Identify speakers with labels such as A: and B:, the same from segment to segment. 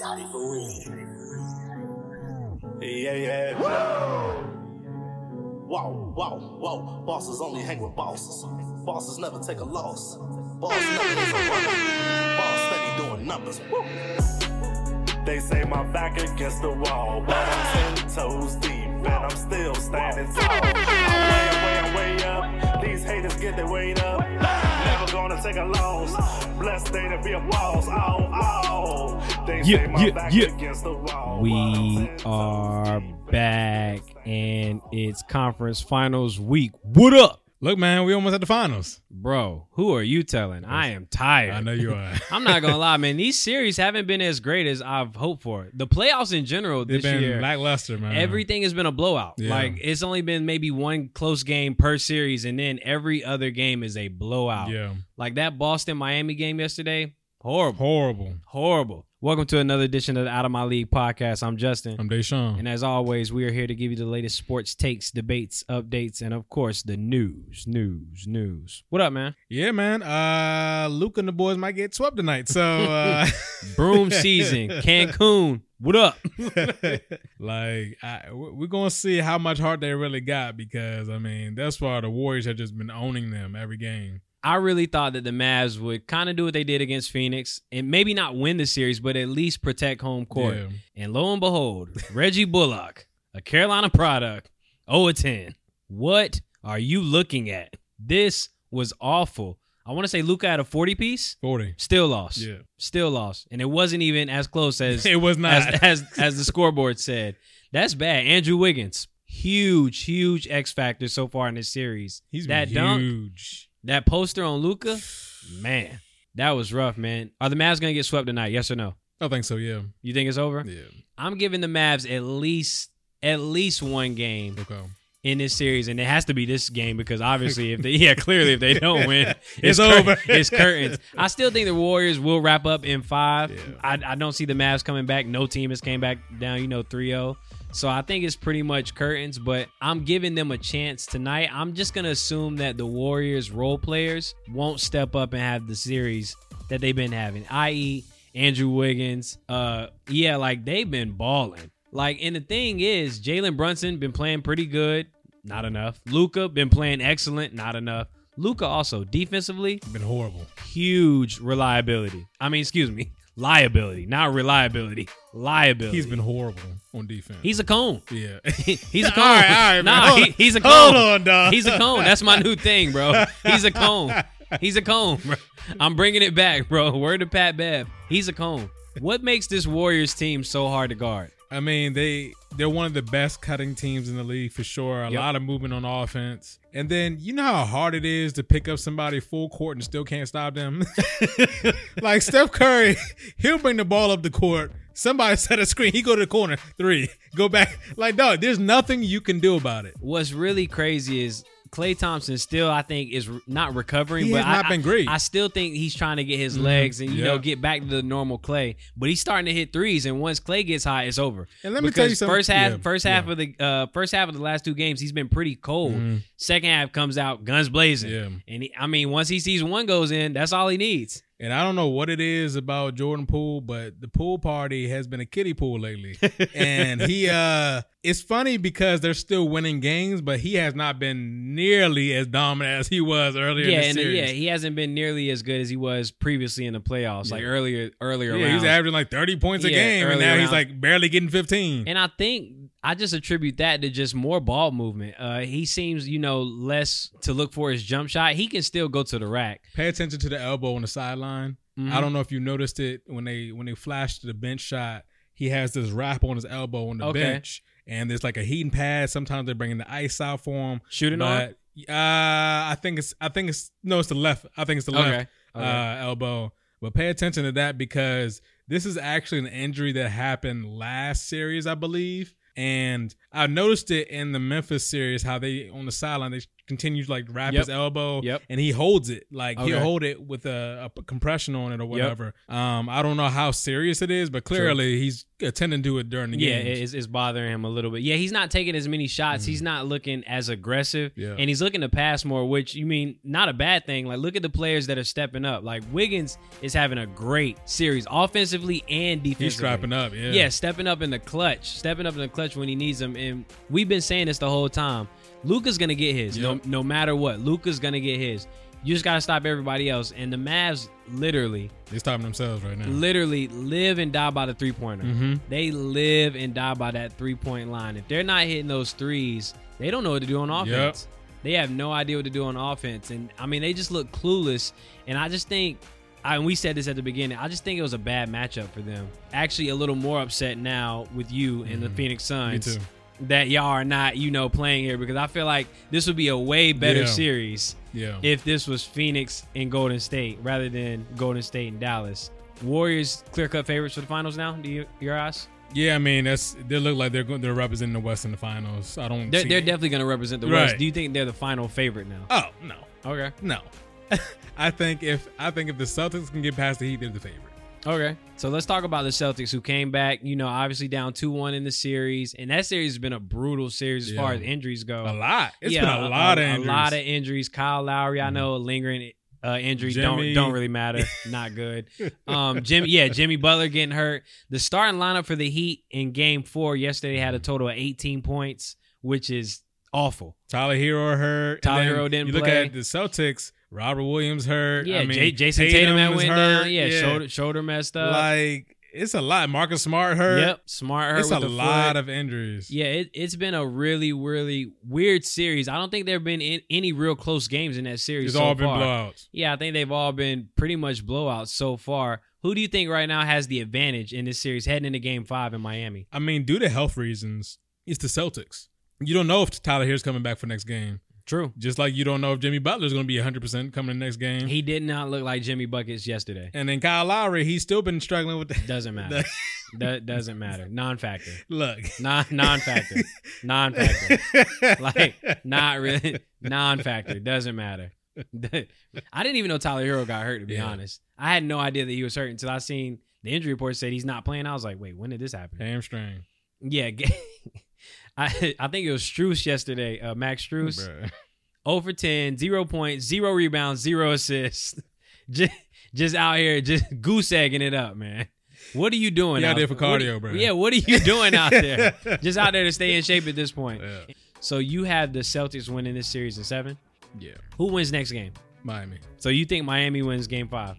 A: Like for real. Yeah, yeah. Whoa, whoa, whoa. Bosses only hang with bosses. Bosses never take a loss. Boss never is a runner. Boss steady doing numbers. Woo.
B: They say my back against the wall, but I'm ten toes deep and I'm still standing tall. I'm way, way, way up. These haters get their weight up. Never gonna take a loss. Blessed day to be a boss. Oh, oh. They
C: Yeah,
B: say my
C: yeah,
B: back
C: yeah.
B: against the wall. but I'm
C: We
B: ten toes
C: are
B: deep and I'm
C: back
B: still standing
C: and
B: tall.
C: it's conference finals week. What up,
D: Look, man, we almost at the finals.
C: bro? Who are you telling? I am tired.
D: I know you are.
C: I'm not gonna lie, man. These series haven't been as great as I've hoped for. The playoffs in general
D: It's
C: this
D: been
C: year,
D: lackluster, man.
C: everything has been a blowout.
D: Yeah.
C: Like it's only been maybe one close game per series, and then every other game is a blowout.
D: Yeah.
C: Like that Boston Miami game yesterday, horrible,
D: Horrible.
C: horrible. Welcome to another edition of the Out of My League podcast. I'm Justin.
D: I'm Deshaun.
C: And as always, we are here to give you the latest sports takes, debates, updates, and of course, the news, news, news. What up, man?
D: Yeah, man. Uh Luke and the boys might get swept tonight. So uh
C: Broom season, Cancun. What up?
D: like I, we- we're gonna see how much heart they really got because I mean that's why the Warriors have just been owning them every game.
C: I really thought that the Mavs would kind of do what they did against Phoenix and maybe not win the series, but at least protect home court.
D: Yeah.
C: And lo and behold, Reggie Bullock, a Carolina product, 0 10. What are you looking at? This was awful. I want to say Luca had a 40 piece,
D: Forty.
C: still lost.
D: Yeah.
C: Still lost. And it wasn't even as close as
D: It was not.
C: as, as as the scoreboard said. That's bad. Andrew Wiggins, huge, huge X factor so far in this series.
D: He's
C: that
D: been
C: dunk,
D: huge.
C: that poster on Luca, man, that was rough, man. Are the Mavs gonna get swept tonight? Yes or no?
D: I think so, yeah.
C: You think it's over?
D: Yeah.
C: I'm giving the Mavs at least at least one game
D: Okay.
C: in this series, and it has to be this game because obviously, if they yeah, clearly if they don't win, it's,
D: It's
C: cur-
D: over.
C: it's curtains. I still think the Warriors will wrap up in five.
D: Yeah.
C: I, I don't see the Mavs coming back. No team has came back down, you know, 3-0. So I think it's pretty much curtains, but I'm giving them a chance tonight. I'm just gonna assume that the Warriors role players won't step up and have the series that they've been having, i.e., Andrew Wiggins. Uh, yeah, like they've been balling. Like, and the thing is, Jalen Brunson been playing pretty good, not enough. Luca been playing excellent, not enough. Luca also defensively
D: Been horrible.
C: huge reliability. I mean, excuse me, liability, not reliability, liability.
D: He's been horrible on defense.
C: he's a cone.
D: yeah.
C: He's a cone.
D: All right, all right, man.
C: nah,
D: Hold
C: he, he's a cone.
D: Hold on, dog.
C: He's a cone. That's my new thing, bro. He's a cone. He's a cone. Bro. I'm bringing it back, bro. Word to Pat Bev. He's a cone. What makes this Warriors team so hard to guard?
D: I mean, they they're one of the best cutting teams in the league for sure. A
C: Yep.
D: lot of movement on offense. And then you know how hard it is to pick up somebody full court and still can't stop them. like Steph Curry, he'll bring the ball up the court. Somebody set a screen. He go to the corner. Three. Go back. Like, dog, there's nothing you can do about it.
C: What's really crazy is Clay Thompson still, I think, is re- not recovering.
D: He
C: but
D: has
C: I-
D: not
C: I-
D: been great.
C: I still think he's trying to get his legs and you
D: Mm-hmm.
C: know
D: Yeah.
C: get back to the normal Clay. But he's starting to hit threes, and once Clay gets high, it's over.
D: And let me tell you
C: Because
D: something-
C: First half,
D: yeah, Mm-hmm.
C: first half of the uh, first half of the last two games, he's been pretty cold. Second half comes out guns blazing.
D: Yeah.
C: And he, I mean, once he sees one goes in, that's all he needs.
D: And I don't know what it is about Jordan Poole, but the pool party has been a kiddie pool lately. and he uh it's funny because they're still winning games, but he has not been nearly as dominant as he was earlier in
C: yeah,
D: the
C: and uh,
D: series.
C: yeah, he hasn't been nearly as good as he was previously in the playoffs, like earlier earlier
D: Yeah, he was
C: rounds.
D: averaging like 30 points a
C: Yeah,
D: game, and
C: early
D: now he's
C: rounds.
D: like barely getting 15.
C: And I think I just attribute that to just more ball movement. Uh, he seems, you know, less to look for his jump shot. He can still go to the rack.
D: Pay attention to the elbow on the sideline.
C: Mhm.
D: I don't know if you noticed it when they when they flashed the bench shot. He has this wrap on his elbow on the
C: Okay.
D: bench, and there's like a heating pad. Sometimes they're bringing the ice out for him.
C: Shooting
D: but,
C: arm?
D: Uh, I think it's I think it's no, it's the left. I think it's the
C: Okay.
D: left Uh, elbow. But pay attention to that because this is actually an injury that happened last series, I believe. And I noticed it in the Memphis series how they on the sideline they continues like to wrap
C: Yep.
D: his elbow.
C: Yep.
D: And he holds it like he'll
C: Okay.
D: hold it with a, a p- compression on it or whatever. Um, I don't know how serious it is, but clearly he's attending to it during the
C: Yeah,
D: game. Mm-hmm.
C: it- it's, it's bothering him a little bit. Yeah, he's not taking as many shots. He's not looking as aggressive,
D: Yeah.
C: and he's looking to pass more. Which you mean not a bad thing. Like look at the players that are stepping up. Like Wiggins is having a great series offensively and defensively.
D: he's strapping up. Yeah.
C: Yeah, stepping up in the clutch, stepping up in the clutch when he needs them. And we've been saying this the whole time. Luca's gonna get his, no,
D: Yep.
C: no matter what. Luca's gonna get his. You just gotta stop everybody else. And the Mavs literally,
D: They're stopping themselves right now.
C: literally live and die by the three pointer.
D: Mhm.
C: They live and die by that three point line. If they're not hitting those threes, they don't know what to do on offense. They have no idea what to do on offense. And I mean, they just look clueless. And I just think, I, and we said this at the beginning, I just think it was a bad matchup for them. Actually, a little more upset now with you and the Phoenix Suns.
D: Mm-hmm. too.
C: That y'all are not, you know, playing here because I feel like this would be a way better
D: Yeah.
C: series
D: Yeah.
C: if this was Phoenix and Golden State rather than Golden State and Dallas. Warriors clear cut favorites for the finals now. Do you your eyes?
D: yeah. I mean, that's they look like they're go- they're representing the West in the finals. I don't.
C: They're,
D: see
C: they're
D: it.
C: definitely going to represent the
D: Right.
C: West. Do you think they're the final favorite now?
D: Oh no,
C: Okay.
D: no. I think if I think if the Celtics can get past the Heat, they're the favorite.
C: Okay. So let's talk about the Celtics who came back, you know, obviously down 2 1 in the series. And that series has been a brutal series as
D: Yeah.
C: far as injuries go.
D: A lot. It's
C: Yeah,
D: been a lot of
C: a
D: injuries. Mm-hmm.
C: lot of injuries. Kyle Lowry, I know, lingering uh, injury
D: Jimmy.
C: don't don't really matter. Not good. Um, Jimmy, yeah, Jimmy Butler getting hurt. The starting lineup for the Heat in Game Four yesterday had a total of 18 points, which is awful.
D: Tyler Hero hurt. and
C: Tyler
D: then
C: Hero didn't
D: You look
C: play.
D: at the Celtics. Robert Williams hurt.
C: Yeah,
D: I mean,
C: J- Jason Tatum,
D: Tatum
C: that
D: is
C: went
D: hurt.
C: down. Yeah, shoulder shoulder messed up.
D: like it's a lot. Marcus Smart hurt.
C: Yep, smart hurt.
D: It's a
C: with the
D: lot
C: foot.
D: of injuries.
C: Yeah, it, it's been a really, really weird series. I don't think there have been in, any real close games in that series.
D: it's
C: so
D: all been
C: far.
D: blowouts.
C: Yeah, I think they've all been pretty much blowouts so far. Who do you think right now has the advantage in this series heading into game five in Miami?
D: I mean, due to health reasons, it's the Celtics. You don't know if Tyler Hero's coming back for next game.
C: True.
D: Just like you don't know if Jimmy Butler's going to be 100% coming the next game.
C: He did not look like Jimmy Buckets yesterday.
D: and then Kyle Lowry, he's still been struggling with the
C: Doesn't matter. that doesn't matter. Non factor.
D: look.
C: Non non factor. Non factor. Like not really non factor. Doesn't matter. I didn't even know Tyler Hero got hurt to be
D: Yeah.
C: honest. I had no idea that he was hurt until I seen the injury report said he's not playing. I was like, wait, when did this happen?
D: hamstring.
C: Yeah, g- I I think it was Struess yesterday. Uh, Max Struess,
D: Bruh.
C: 0 for 10, 0 points, 0 rebounds, 0 assists. Just, just out here, just goose egging it up, man. What are you doing?
D: He out
C: out
D: there for
C: what are-
D: cardio, bro.
C: Yeah, what are you doing out there? just out there to stay in shape at this point.
D: Yeah.
C: So you have the Celtics winning this series in seven.
D: Yeah.
C: Who wins next game?
D: Miami.
C: So you think Miami wins game five?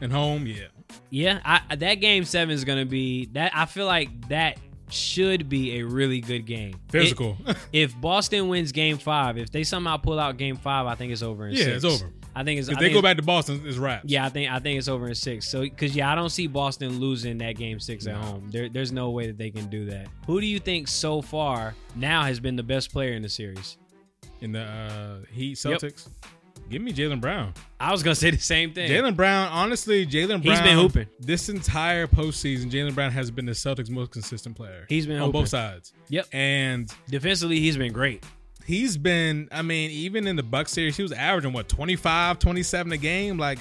D: And home, yeah.
C: Yeah, I, that game seven is gonna be that. I feel like that should be a really good game. It-
D: Physical.
C: if Boston wins Game Five, if they somehow pull out Game Five, I think it's over. In
D: Yeah, it's
C: six.
D: over.
C: I think it's. I
D: If they
C: think
D: go
C: it's-
D: back to Boston, it's wraps.
C: Yeah, I think I think it's over in six. So because yeah, I don't see Boston losing that Game Six at
D: No.
C: home. There, there's no way that they can do that. Who do you think so far now has been the best player in the series?
D: In the uh, Heat
C: Yep.
D: Celtics. Give me Jalen Brown.
C: I was gonna say the same thing.
D: Jalen Brown, honestly, Jalen Brown.
C: He's been hooping.
D: This entire postseason, Jalen Brown has been the Celtics' most consistent player.
C: He's been
D: on
C: hooping.
D: both sides.
C: Yep.
D: And
C: Defensively, he's been great.
D: he's been, I mean, even in the Buck series, he was averaging, what, 25, 27 a game? Like,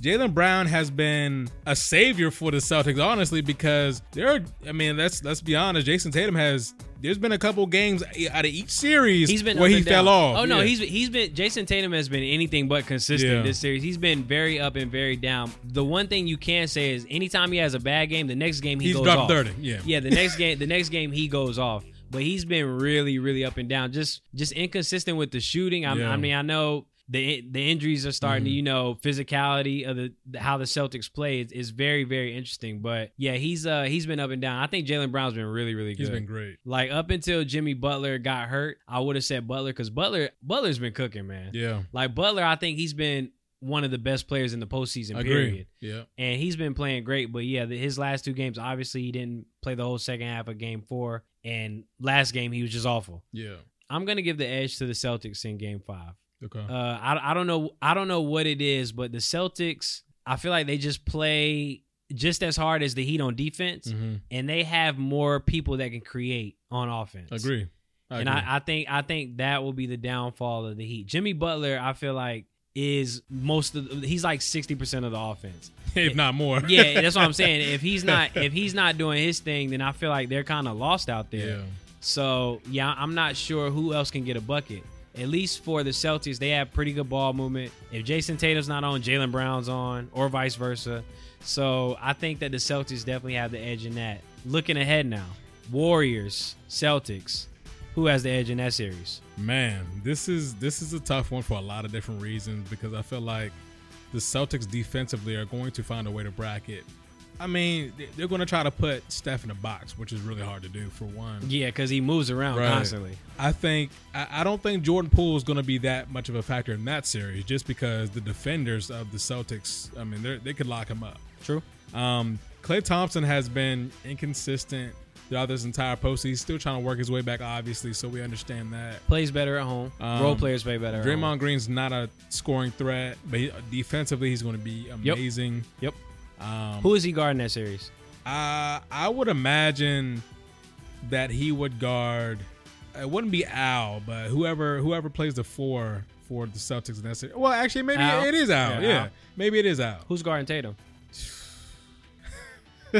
D: Jalen Brown has been a savior for the Celtics, honestly, because there are, I mean, let's let's be honest, Jason Tatum has there's been a couple games out of each series
C: He's been
D: where
C: up
D: he
C: and
D: fell
C: down.
D: off.
C: Oh no,
D: Yeah.
C: he's he's been Jason Tatum has been anything but consistent
D: Yeah.
C: this series. He's been very up and very down. The one thing you can say is anytime he has a bad game, the next game he
D: He's
C: goes
D: dropped
C: off.
D: 30, yeah.
C: yeah. The next game, the next game he goes off. But he's been really, really up and down. Just just inconsistent with the shooting. I,
D: Yeah. Mm-hmm.
C: I mean, I know. The, the injuries are starting to you know physicality of the, the- how the Celtics play is, is very very interesting but yeah he's uh he's been up and down I think Jalen Brown's been really really good
D: He's been great.
C: like up until Jimmy Butler got hurt, I would have said Butler because Butler Butler's been cooking, man.
D: Yeah.
C: Like Butler, I think he's been one of the best players in the postseason.
D: Agree.
C: Period.
D: Yeah.
C: And he's been playing great, but yeah, the, his last two games, obviously he didn't play the whole second half of Game Four, and last game he was just awful.
D: Yeah.
C: I'm gonna give the edge to the Celtics in Game Five.
D: Okay.
C: Uh, I I don't know I don't know what it is, but the Celtics, I feel like they just play just as hard as the Heat on defense,
D: Mhm.
C: and they have more people that can create on offense.
D: Agree. I
C: and
D: agree.
C: I, I think I think that will be the downfall of the Heat. Jimmy Butler, I feel like, is most of the, he's like sixty percent of the offense.
D: if not more.
C: Yeah, that's what I'm saying. If he's not if he's not doing his thing, then I feel like they're kind of lost out there.
D: yeah.
C: So yeah, I'm not sure who else can get a bucket. At least for the Celtics, they have pretty good ball movement. If Jason Tatum's not on, Jalen Brown's on, or vice versa. So I think that the Celtics definitely have the edge in that. Looking ahead now, Warriors, Celtics, who has the edge in that series?
D: Man, this is this is a tough one for a lot of different reasons because I feel like the Celtics defensively are going to find a way to bracket. I mean, they- they're going to try to put Steph in a box, which is really hard to do for one.
C: Yeah, because he moves around
D: Right.
C: constantly.
D: I think I, I don't think Jordan Poole is going to be that much of a factor in that series, just because the defenders of the Celtics, I mean, they they could lock him up.
C: True.
D: Um, Clay Thompson has been inconsistent throughout this entire postseason. He's still trying to work his way back, obviously, so we understand that.
C: Plays better at home.
D: Um,
C: Role players play better. At home.
D: Draymond Green's not a scoring threat, but he, defensively he's going to be amazing.
C: Yep.
D: Um,
C: Who is he guarding that series?
D: I I would imagine that he would guard. It wouldn't be Al, but whoever whoever plays the four for the Celtics in that series. Well, actually, maybe
C: Al?
D: it is Al.
C: Yeah,
D: Yeah,
C: Al.
D: maybe it is Al.
C: Who's guarding Tatum?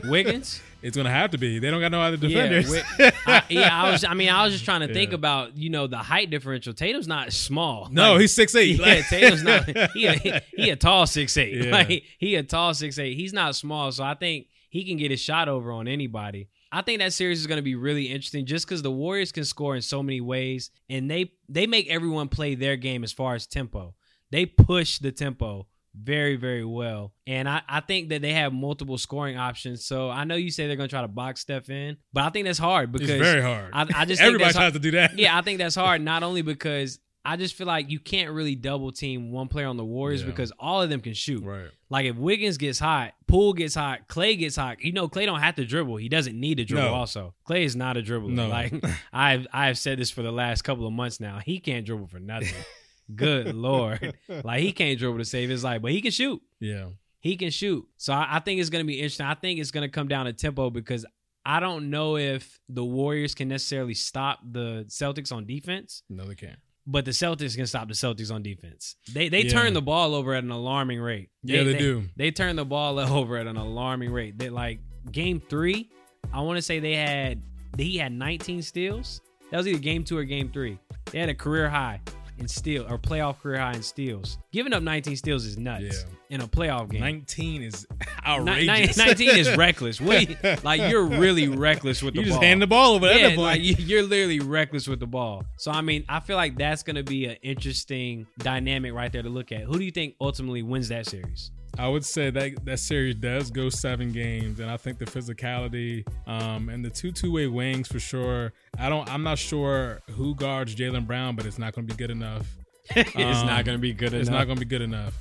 C: Wiggins.
D: It's gonna have to be. They don't got no other defenders.
C: Yeah, wi- I, yeah, I was. I mean, I was just trying to think
D: Yeah.
C: about you know the height differential. Tatum's not small.
D: no,
C: Like,
D: he's six eight.
C: yeah, Tatum's not. He a, he a tall six eight.
D: Yeah.
C: Like he a tall six eight. He's not small, so I think he can get his shot over on anybody. I think that series is going to be really interesting, just because the Warriors can score in so many ways, and they they make everyone play their game as far as tempo. They push the tempo very very well, and I I think that they have multiple scoring options. So I know you say they're going to try to box Steph in, but I think that's hard
D: it's
C: because
D: very hard.
C: I, I just think
D: Everybody
C: that's
D: tries to do that.
C: yeah, I think that's hard. Not only because I just feel like you can't really double team one player on the Warriors
D: Yeah.
C: because all of them can shoot.
D: Right.
C: Like if Wiggins gets hot, Poole gets hot, Clay gets hot. You know, Clay don't have to dribble. He doesn't need to dribble.
D: No.
C: Also, Clay is not a dribbler.
D: No.
C: Like I've I've said this for the last couple of months now. He can't dribble for nothing. Good lord, like he can't dribble to save his life, but he can shoot
D: Yeah.
C: he can shoot. So I, I think it's going to be interesting. I think it's going to come down to tempo because I don't know if the Warriors can necessarily stop the Celtics on defense,
D: No, they can't.
C: but the Celtics can stop the Celtics on defense. They they
D: Yeah.
C: turn the ball over at an alarming rate.
D: Yeah, they, do.
C: They turn the ball over at an alarming rate. They like game three. I want to say they had he had 19 steals. That was either game two or game three. They had a career high in steal or playoff career high in steals. Giving up 19 steals is nuts in a playoff game.
D: Nineteen is
C: Ni-
D: outrageous.
C: ni- 19 is reckless. What do you- like you're really reckless with
D: you
C: the
D: just
C: ball.
D: hand the ball over.
C: yeah,
D: that boy.
C: like, you- you're literally reckless with the ball. So I mean, I feel like that's gonna be an interesting dynamic right there to look at. Who do you think ultimately wins that series?
D: I would say that that series does go seven games, and I think the physicality um, and the two two way wings for sure. I don't. I'm not sure who guards Jalen Brown, but it's not going to be good enough.
C: it's
D: Um,
C: not gonna be good
D: It's
C: enough.
D: not going to be good enough.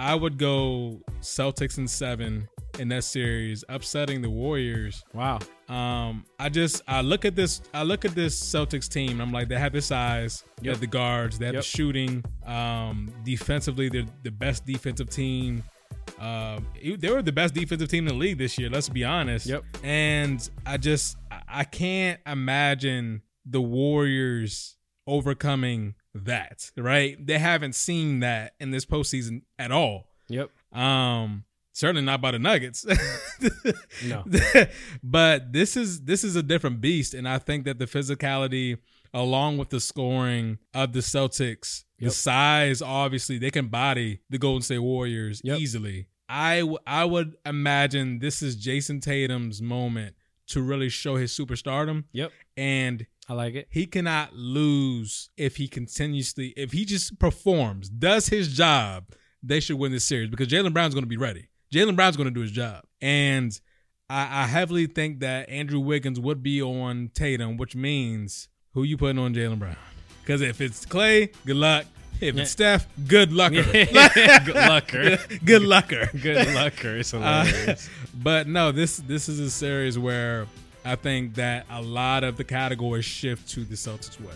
D: I would go Celtics in seven in that series, upsetting the Warriors.
C: wow.
D: Um, I just I look at this I look at this Celtics team. And I'm like they have the size, they
C: Yep.
D: have the guards, they have
C: Yep.
D: the shooting. Um, defensively, they're the best defensive team. Um, it- they were the best defensive team in the league this year. Let's be honest.
C: Yep.
D: And I just I- I can't imagine the Warriors overcoming that. Right? They haven't seen that in this postseason at all.
C: Yep.
D: Um, certainly not by the Nuggets.
C: No.
D: but this is this is a different beast, and I think that the physicality, along with the scoring of the Celtics, the
C: Yep.
D: size, obviously they can body the Golden State Warriors
C: Yep.
D: easily. I w- I would imagine this is Jason Tatum's moment to really show his superstardom,
C: Yep.
D: and
C: I like it.
D: he cannot lose if he continuously if he just performs, does his job. They should win this series because Jalen Brown's going to be ready. Jalen Brown's going to do his job, and I, I heavily think that Andrew Wiggins would be on Tatum, which means who you putting on Jalen Brown? Because if it's Clay, good luck. If it's Steph, good lucker.
C: Good lucker.
D: good lucker.
C: Good lucker. It's
D: Uh, but no, this this is a series where I think that a lot of the categories shift to the Celtics way.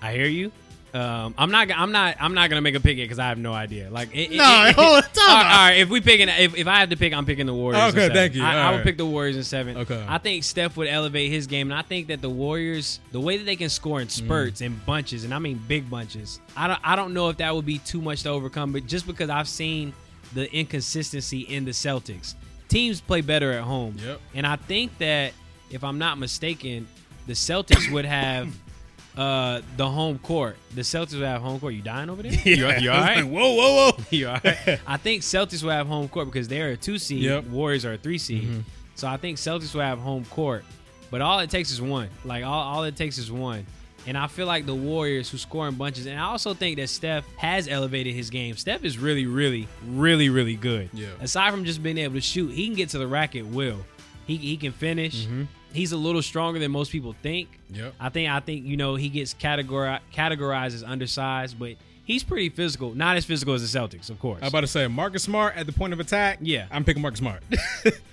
C: I hear you. Um, I'm not. I'm not. I'm not gonna make a pick yet because I have no idea. Like, it, it-
D: No,
C: it-
D: hold on, time
C: all,
D: out.
C: right, all right, if we picking, if, if I have to pick, I'm picking the Warriors. in
D: Okay,
C: seven.
D: thank you.
C: I,
D: All
C: I would
D: right.
C: pick the Warriors in seven.
D: Okay.
C: I think Steph would elevate his game, and I think that the Warriors, the way that they can score in
D: Mm-hmm.
C: spurts and bunches, and I mean big bunches, I don't. I don't know if that would be too much to overcome, but just because I've seen the inconsistency in the Celtics, teams play better at home.
D: Yep.
C: And I think that if I'm not mistaken, the Celtics would have uh the home court. The Celtics would have home court. You dying over there? You, you all
D: I was
C: right?
D: like, whoa, whoa, whoa.
C: You all right? I think Celtics would have home court because they're a two seed.
D: Yep. Mm-hmm.
C: Warriors are a three seed. So I think Celtics will have home court. But all it takes is one. Like all, all it takes is one. And I feel like the Warriors who score in bunches. And I also think that Steph has elevated his game. Steph is really, really, really, really good.
D: Yeah.
C: Aside from just being able to shoot, he can get to the rack at will. He, he can finish. He's a little stronger than most people think.
D: Mm-hmm. Yep.
C: I think I think you know he gets categori- categorized as undersized, but he's pretty physical. Not as physical as the Celtics, of course.
D: I was about to say Marcus Smart at the point of attack.
C: Yeah.
D: I'm picking Marcus Smart.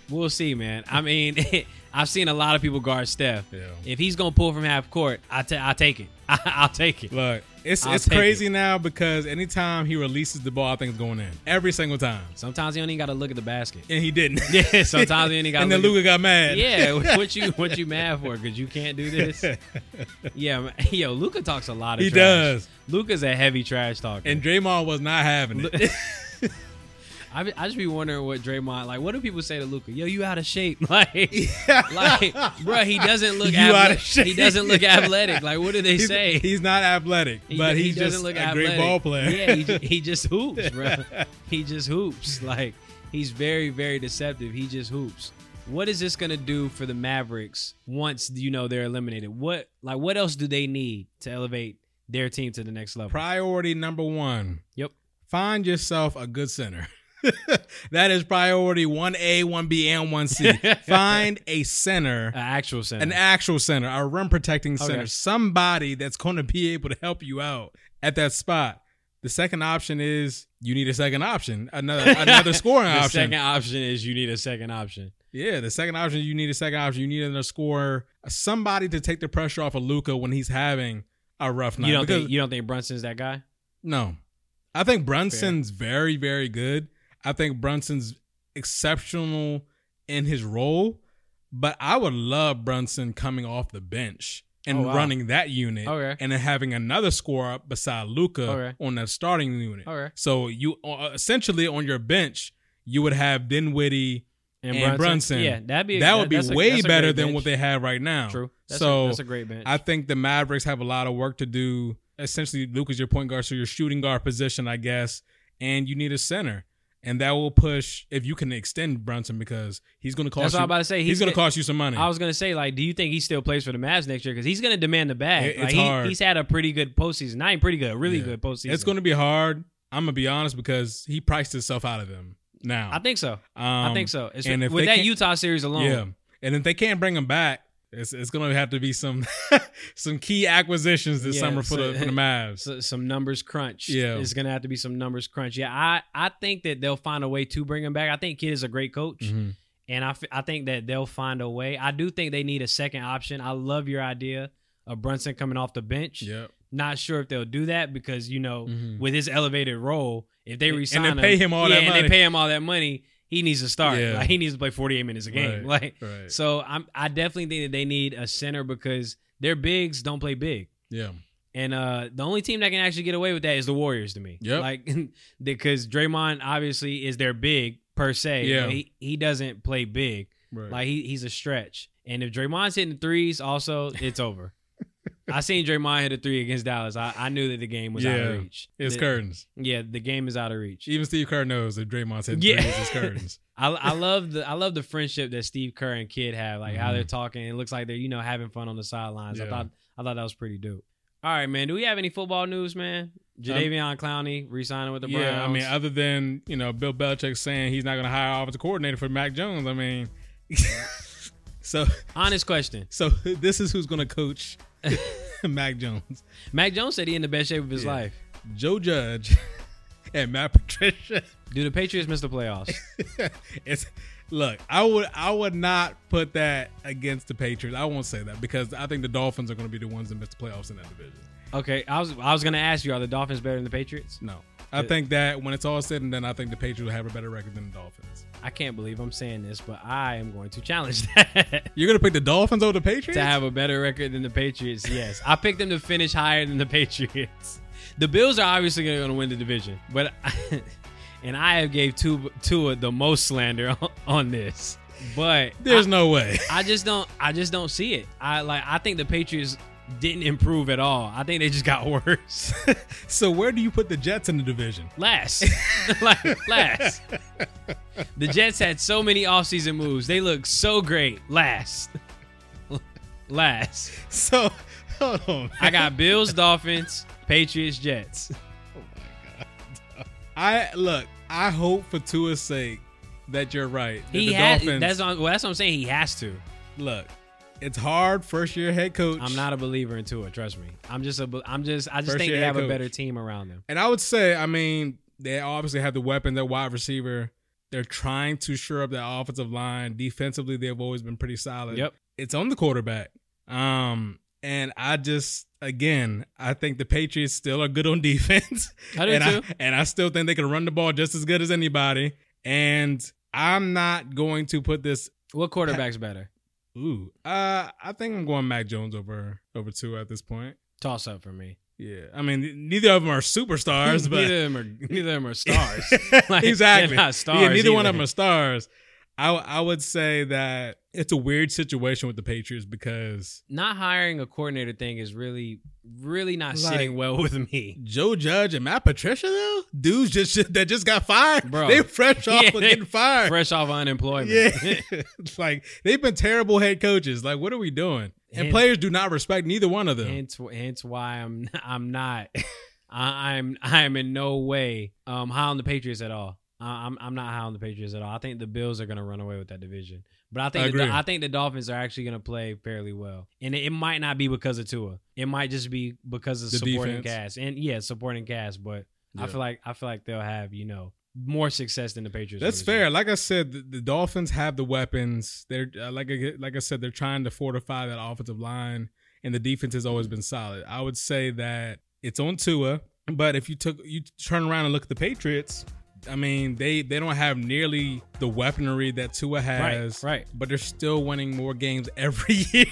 C: We'll see, man. I mean, I've seen a lot of people guard Steph.
D: Yeah.
C: If he's gonna pull from half court, I ta- I take it. I- I'll take it.
D: Look, it's
C: I'll
D: it's
C: take
D: crazy now because anytime he releases the ball, I think it's going in every single time,
C: Sometimes you don't even got to look at the basket.
D: and he didn't.
C: Yeah, sometimes you ain't gotta
D: And then
C: look at-
D: Luca got mad.
C: Yeah, what you what you mad for? Because you can't do this. Yeah, man. yo, Luca talks a lot of.
D: He
C: trash.
D: does.
C: Luca's a heavy trash talker.
D: And Draymond was not having it.
C: I, be- I just be wondering what Draymond like. What do people say to Luca? Yo, you out of shape, like, like, bruh, he doesn't look.
D: You outta
C: athle-
D: shape.
C: He doesn't look athletic. Like, what do they
D: he's,
C: say?
D: he's not athletic,
C: He-
D: but
C: he
D: he's
C: doesn't
D: just
C: look
D: a
C: athletic.
D: great ball player.
C: Yeah, he, ju- he just hoops, bro. he just hoops. Like he's very, very deceptive. He just hoops. What is this gonna do for the Mavericks once you know they're eliminated? What like what else do they need to elevate their team to the next level?
D: priority number one.
C: Yep.
D: Find yourself a good center. that is priority one A, one B, and one C. Find a center.
C: An actual center.
D: an actual center, a rim protecting
C: Uh, Okay.
D: center, somebody that's going to be able to help you out at that spot. The second option is you need a second option, another another scoring
C: the
D: option.
C: second option is you need a second option.
D: yeah, the second option you need a second option. You need another scorer, somebody to take the pressure off of Luca when he's having a rough night.
C: you don't
D: Because-
C: think you don't think Brunson's that guy?
D: no, I think Brunson's very very good. I think Brunson's exceptional in his role, but I would love Brunson coming off the bench and
C: Oh, wow.
D: running that unit,
C: Okay.
D: and then having another scorer beside Luca
C: Okay.
D: on that starting unit.
C: Okay.
D: So you uh, essentially on your bench you would have Dinwiddie. And Brunson.
C: Yeah, that'd be a-
D: that would be
C: that's a-
D: way
C: that's a
D: better
C: great
D: than
C: bench.
D: what they have right now.
C: True. That's
D: so
C: a, that's a great bench.
D: I think the Mavericks have a lot of work to do. Essentially, Luke is your point guard, so your shooting guard position, I guess, and you need a center, and that will push if you can extend Brunson because he's going to cost.
C: That's
D: you,
C: what I'm about to say.
D: He's,
C: He's
D: going to
C: get-
D: cost you some money.
C: I was gonna say, like, do you think he still plays for the Mavs next year? Because he's gonna demand the bag.
D: It- it's
C: like, he-
D: hard.
C: he's had a pretty good postseason. Not even pretty good, really
D: Yeah.
C: good postseason.
D: it's going to be hard. I'm gonna be honest because he priced himself out of them now.
C: I think so.
D: Um,
C: I think so. It's-
D: and if
C: with
D: they
C: that
D: can't-
C: Utah series alone,
D: Yeah, and if they can't bring him back, it's, it's going to have to be some some key acquisitions this
C: Yeah,
D: summer for
C: so-
D: the for the Mavs.
C: s- some numbers crunch.
D: Yeah.
C: it's gonna have to be some numbers crunch. Yeah, I I think that they'll find a way to bring him back. I think Kid is a great coach.
D: Mhm.
C: and I, f- I think that they'll find a way. I do think they need a second option. I love your idea of Brunson coming off the bench.
D: Yep.
C: Not sure if they'll do that because you know
D: Mhm.
C: with his elevated role, if they
D: And- and
C: resign
D: they pay him all
C: yeah,
D: that
C: and
D: money.
C: they pay him all that money, he needs to start.
D: Yeah.
C: Like, he needs to play 48 minutes a game.
D: Right,
C: Like
D: right.
C: so, I'm I definitely think that they need a center because their bigs don't play big.
D: Yeah.
C: And uh, the only team that can actually get away with that is the Warriors to me.
D: Yep.
C: Like because Draymond obviously is their big per se.
D: Yeah.
C: He he doesn't play big.
D: Right.
C: Like he, he's a stretch. And if Draymond's hitting threes, also it's over. I seen Draymond hit a three against Dallas. I, I knew that the game was out
D: Yeah.
C: of reach.
D: It's
C: The-
D: curtains.
C: Yeah, the game is out of reach.
D: Even Steve Kerr knows that Draymond's hitting
C: Yeah.
D: threes is curtains.
C: I, I love the I love the friendship that Steve Kerr and Kid have. Like how
D: Mhm.
C: they're talking. It looks like they're you know having fun on the sidelines. I
D: Yeah.
C: thought I thought that was pretty dope. All right, man. Do we have any football news, man? Jadavion Clowney re-signing with the Browns.
D: Um, yeah, I mean, other than you know Bill Belichick saying he's not going to hire an offensive coordinator for Mac Jones, I mean, so
C: honest question.
D: so this is who's going to coach Mac Jones:
C: Mac Jones said he in the best shape of his
D: Yeah.
C: life.
D: Joe Judge and Matt Patricia.
C: Do the Patriots miss the playoffs?
D: it's Look, I would I would not put that against the Patriots. I won't say that because I think the Dolphins are going to be the ones that miss the playoffs in that division.
C: Okay, I was I was gonna ask you, are the Dolphins better than the Patriots?
D: No, I
C: It-
D: think that when it's all said and done, I think the Patriots will have a better record than the Dolphins.
C: I can't believe I'm saying this, but I am going to challenge that
D: You're going to pick the Dolphins over the Patriots?
C: to have a better record than the Patriots. Yes, I picked them to finish higher than the Patriots. The Bills are obviously going to win the division, but and I have gave Tua, Tua the most slander on, on this. But
D: There's no way.
C: I just don't I just don't see it. I like I think the Patriots didn't improve at all. I think they just got worse.
D: so where do you put the Jets in the division?
C: last. like last. The Jets had so many offseason moves. They look so great. Last. last.
D: So hold on.
C: I got Bills, Dolphins, Patriots, Jets.
D: I look. I hope for Tua's sake that you're right. that
C: He
D: the
C: has
D: Dolphins
C: that's on well, that's what I'm saying. He has to.
D: look. It's hard first year head coach.
C: I'm not a believer in Tua, trust me. I'm just a be- I'm just I just
D: First
C: think
D: year
C: they have
D: head
C: a better
D: coach.
C: team around them.
D: And I would say, I mean, they obviously have the weapon, their wide receiver. They're trying to shore up their offensive line. Defensively, they've always been pretty solid.
C: Yep.
D: It's on the quarterback. Um, and I just again, I think the Patriots still are good on defense.
C: I do
D: and
C: too.
D: I, and I still think they can run the ball just as good as anybody. And I'm not going to put this
C: What quarterback's better?
D: ooh. Uh I think I'm going Mac Jones over over two at this point.
C: Toss up for me.
D: Yeah. I mean, neither of them are superstars, but
C: neither of them are neither of them are stars. Like,
D: exactly.
C: they're not stars
D: yeah, neither one
C: either.
D: of them are stars. I I would say that it's a weird situation with the Patriots because
C: not hiring a coordinator thing is really, really not
D: Like-
C: sitting well with me.
D: Joe Judge and Matt Patricia though dudes just that just got fired.
C: Bro.
D: they fresh off
C: Yeah,
D: of
C: they-
D: getting fired.
C: Fresh off of unemployment.
D: yeah, It's like they've been terrible head coaches. Like, what are we doing? And,
C: And-
D: players do not respect neither one of them.
C: hence, hence why I'm I'm not I, I'm I'm in no way um high on the Patriots at all. I- I'm I'm not high on the Patriots at all. I think the Bills are gonna run away with that division. But I think
D: I
C: the,
D: agree.
C: I think the Dolphins are actually gonna play fairly well, and it, it might not be because of Tua. It might just be because of
D: The
C: supporting
D: defense.
C: cast and yeah, supporting cast. But
D: Yeah.
C: I feel like I feel like they'll have you know more success than the Patriots.
D: That's
C: division.
D: fair. Like I said, the, the Dolphins have the weapons. They're uh, like I, like I said, they're trying to fortify that offensive line, and the defense has always been solid. I would say that it's on Tua, but if you took you turn around and look at the Patriots, I mean they they don't have nearly the weaponry that Tua has,
C: right.
D: But they're still winning more games every year.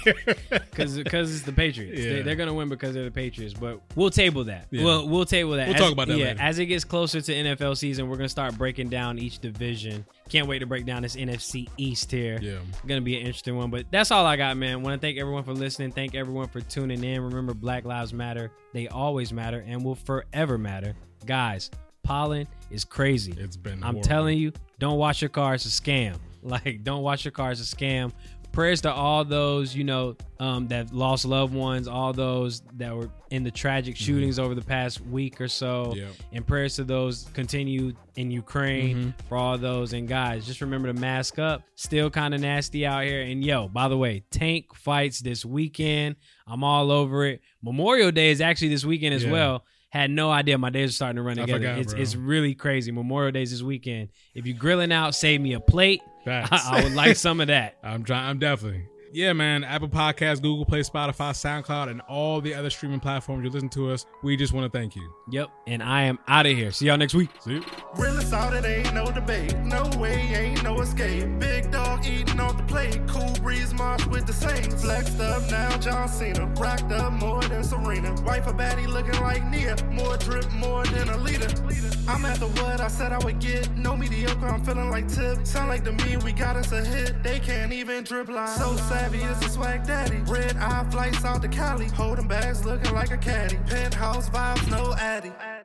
C: because because it's the Patriots.
D: Yeah.
C: They, they're gonna win because they're the Patriots. But we'll table that.
D: Yeah.
C: Well, we'll table that.
D: We'll
C: As-
D: talk about that
C: Yeah,
D: later.
C: as it gets closer to NFL season, we're gonna start breaking down each division. Can't wait to break down this NFC East here.
D: yeah.
C: Gonna be an interesting one. But that's all I got, man. Want to thank everyone for listening. Thank everyone for tuning in. Remember, Black Lives Matter. They always matter and will forever matter, guys. Pollen is crazy.
D: It's been.
C: I'm
D: horrible.
C: telling you, don't wash your car. It's a scam. Like, don't wash your car. It's a scam. Prayers to all those, you know, um, that lost loved ones, all those that were in the tragic shootings over the past week or so.
D: Yep.
C: And prayers to those continue in Ukraine
D: Mm-hmm.
C: for all those. And guys, just remember to mask up. Still kind of nasty out here. And yo, by the way, tank fights this weekend. I'm all over it. Memorial Day is actually this weekend as
D: Yeah.
C: well. Had no idea my days are starting to run
D: I
C: together.
D: forgot,
C: it's,
D: bro.
C: it's really crazy. Memorial Days this weekend. If you're grilling out, save me a plate.
D: Facts.
C: I, I would like some of that.
D: I'm trying. I'm definitely. Yeah, man. Apple Podcasts, Google Play, Spotify, SoundCloud, and all the other streaming platforms you listen to us. We just want to thank you.
C: Yep. And I am out of here. See y'all next week.
D: See you.
B: Really saw that ain't no debate. No way, ain't no escape. Big dog eating on the plate. Cool breeze march with the same. Flexed up now, John Cena. Racked up more than Serena. Wife a baddie looking like Nia. More drip, more than a leader. I'm at the what I said I would get. No mediocre, I'm feeling like Tip. Sound like to me, we got us a hit. They can't even drip line. So savvy is the swag daddy. Red eye flights out to Cali. Holding bags looking like a caddy. Penthouse vibes, no addy.